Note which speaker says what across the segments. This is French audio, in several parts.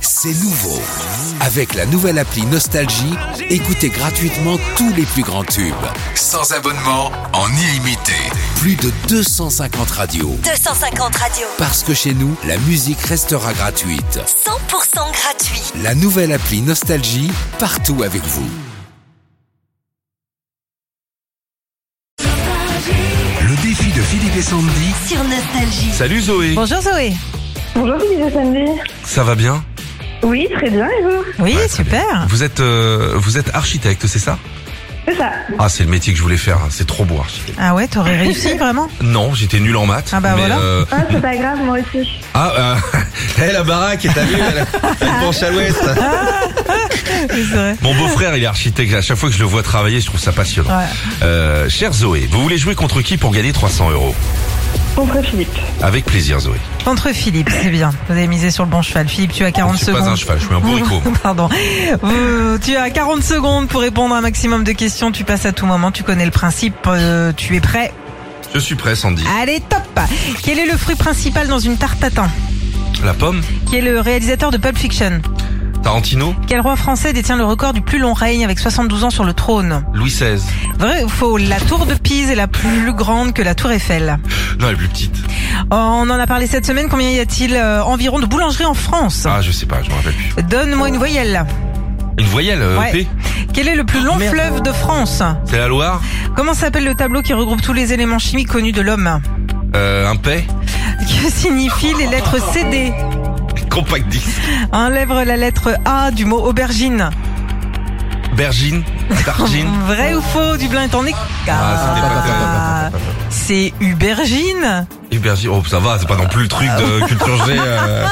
Speaker 1: C'est nouveau. Avec la nouvelle appli Nostalgie, écoutez gratuitement tous les plus grands tubes. Sans abonnement, en illimité. Plus de 250 radios.
Speaker 2: 250 radios,
Speaker 1: Parce que chez nous, la musique restera gratuite.
Speaker 2: 100% gratuit.
Speaker 1: La nouvelle appli Nostalgie, partout avec vous. Le défi de Philippe et Sandy
Speaker 2: Sur Nostalgie.
Speaker 3: Salut Zoé,
Speaker 4: Bonjour Zoé.
Speaker 5: Bonjour Philippe Sandy.
Speaker 3: ça va bien
Speaker 5: Oui, très bien et vous
Speaker 4: Oui,
Speaker 3: Ouais, très
Speaker 4: super.
Speaker 3: Vous êtes euh, vous êtes architecte, c'est ça
Speaker 5: C'est ça.
Speaker 3: Ah, c'est le métier que je voulais faire, hein, c'est trop beau architecte.
Speaker 4: Ah ouais, t'aurais réussi vraiment
Speaker 3: Non, j'étais nul en maths.
Speaker 4: Ah bah
Speaker 3: mais,
Speaker 4: voilà.
Speaker 3: euh,
Speaker 5: Ah, c'est pas grave, moi aussi.
Speaker 3: ah, euh, eh, la baraque, t'as vu, elle, elle penche à l'ouest.
Speaker 4: Oui, c'est vrai.
Speaker 3: Mon beau-frère, il est architecte. À chaque fois que je le vois travailler, je trouve ça passionnant.
Speaker 4: Ouais.
Speaker 3: Euh, chère Zoé, vous voulez jouer contre qui pour gagner 300 euros
Speaker 5: Contre Philippe.
Speaker 3: Avec plaisir, Zoé.
Speaker 4: Contre Philippe, c'est bien. Vous avez misé sur le bon cheval. Philippe, tu as 40
Speaker 3: je suis
Speaker 4: secondes.
Speaker 3: pas un cheval, je suis un bourricot. moi.
Speaker 4: Pardon. Vous- tu as 40 secondes pour répondre à un maximum de questions. Tu passes à tout moment. Tu connais le principe. Euh, tu es prêt
Speaker 3: je suis prêt, Sandy.
Speaker 4: Allez, top Quel est le fruit principal dans une tarte tatin
Speaker 3: La pomme,
Speaker 4: Qui est le réalisateur de Pulp Fiction
Speaker 3: Tarantino,
Speaker 4: Quel roi français détient le record du plus long règne avec 72 ans sur le trône
Speaker 3: Louis XVI.
Speaker 4: Vrai ou faux La tour de Pise est la plus grande que la tour Eiffel.
Speaker 3: Non, elle est plus petite.
Speaker 4: Oh, On en a parlé cette semaine. Combien y a-t-il euh, environ de boulangeries en France
Speaker 3: Ah, je sais pas, je me rappelle plus.
Speaker 4: Donne-moi une voyelle.
Speaker 3: Une voyelle, euh,
Speaker 4: Ouais.
Speaker 3: P
Speaker 4: Quel est le plus long
Speaker 3: Ah, Merde.
Speaker 4: fleuve de France
Speaker 3: C'est la Loire
Speaker 4: Comment s'appelle le tableau qui regroupe tous les éléments chimiques connus de l'homme
Speaker 3: Euh, un paix
Speaker 4: Que signifient les lettres CD
Speaker 3: Compact 10.
Speaker 4: Enlève la lettre A du mot aubergine.
Speaker 3: Bergine. Dargine. Ah,
Speaker 4: Vrai ou faux Dublin est en Écosse.
Speaker 3: c'était pas terrible.
Speaker 4: Ah, C'est Ubergine.
Speaker 3: Et Bergine. Oh, ça va, c'est pas non plus le truc de culture G. euh.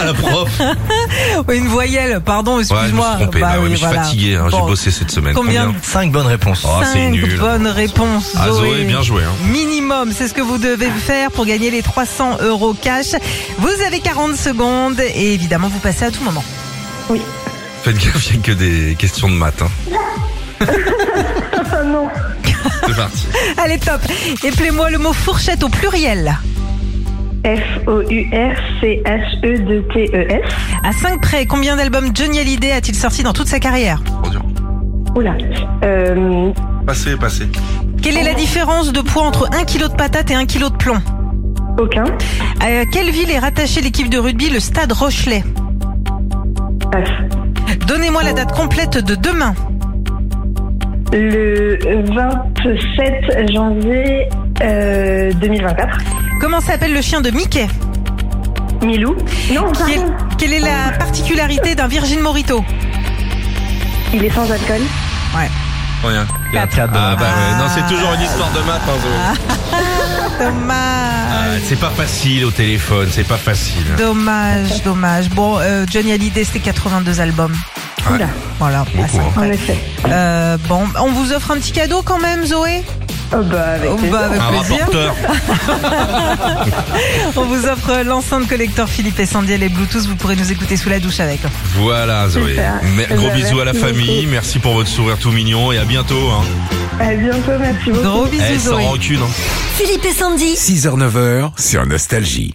Speaker 3: Ah, la prof. Ouais,
Speaker 4: Oh, Une voyelle, pardon,
Speaker 3: je me suis
Speaker 4: excuse-moi.
Speaker 3: trompé.
Speaker 4: Bah
Speaker 3: Bah ouais, mais
Speaker 4: oui,
Speaker 3: je suis
Speaker 4: voilà.
Speaker 3: fatigué, hein,
Speaker 4: Bon,
Speaker 3: j'ai bossé cette semaine.
Speaker 4: Combien
Speaker 6: Cinq bonnes réponses.
Speaker 3: Oh, c'est
Speaker 4: Cinq
Speaker 3: nul.
Speaker 4: bonnes réponses.
Speaker 3: Ah, Zoé, bien joué, hein.
Speaker 4: Minimum, c'est ce que vous devez faire pour gagner les 300 euros cash. Vous avez 40 secondes et évidemment vous passez à tout moment.
Speaker 3: Faites gaffe, il y a que des questions de maths. hein.
Speaker 5: Ah non.
Speaker 3: C'est parti.
Speaker 4: Allez top. Éplez-moi le mot fourchette au pluriel.
Speaker 5: E F-O-U-R-C-H-E-D-T-E-S.
Speaker 4: À 5 près, combien d'albums Johnny Hallyday a-t-il sorti dans toute sa carrière
Speaker 3: Trop dur.
Speaker 5: Oula. Euh,
Speaker 3: Passez, passez.
Speaker 4: Quelle est la différence de poids entre 1 kg de patate et 1 kg de plomb
Speaker 5: aucun.
Speaker 4: À quelle ville est rattachée l'équipe de rugby le Stade Rochelet
Speaker 5: Passe.
Speaker 4: Donnez-moi la date complète de demain.
Speaker 5: Le 27 janvier euh, 2024.
Speaker 4: Comment s'appelle le chien de Mickey
Speaker 5: Milou. Non,
Speaker 4: Quelle,
Speaker 5: pardon.
Speaker 4: quelle est la particularité d'un Virgin Morito
Speaker 5: Il est sans alcool.
Speaker 3: Rien.
Speaker 4: Quatre.
Speaker 3: Ah, bah ouais. Non, c'est toujours une histoire de maths, hein, Zoé.
Speaker 4: Dommage.
Speaker 3: Ah, C'est pas facile au téléphone, c'est pas facile.
Speaker 4: Dommage, dommage. Bon, euh, Johnny Hallyday, c'était 82 albums.
Speaker 3: Ouais.
Speaker 5: Oula.
Speaker 4: Voilà.
Speaker 3: Beaucoup,
Speaker 4: à cinq
Speaker 3: hein.
Speaker 5: En
Speaker 4: près.
Speaker 5: effet.
Speaker 4: Euh, bon, on vous offre un petit cadeau quand même, Zoé
Speaker 5: Oh bah avec
Speaker 4: Oh,
Speaker 5: plaisir.
Speaker 4: bah, avec
Speaker 3: Un
Speaker 4: plaisir.
Speaker 3: rapporteur.
Speaker 4: On vous offre l'enceinte collector Philippe et Sandy et les Bluetooth. Vous pourrez nous écouter sous la douche avec.
Speaker 3: Voilà, Zoé.
Speaker 5: Super.
Speaker 3: Mais-
Speaker 5: Eh
Speaker 3: Gros
Speaker 5: ben,
Speaker 3: bisous à la
Speaker 5: merci
Speaker 3: famille.
Speaker 5: beaucoup.
Speaker 3: Merci pour votre sourire tout mignon et à bientôt. Hein.
Speaker 5: À bientôt, merci beaucoup.
Speaker 4: Gros bisous,
Speaker 3: Eh, sans
Speaker 4: Zoé.
Speaker 3: rancune. hein.
Speaker 2: Philippe et Sandy.
Speaker 1: 6h-9h sur Nostalgie.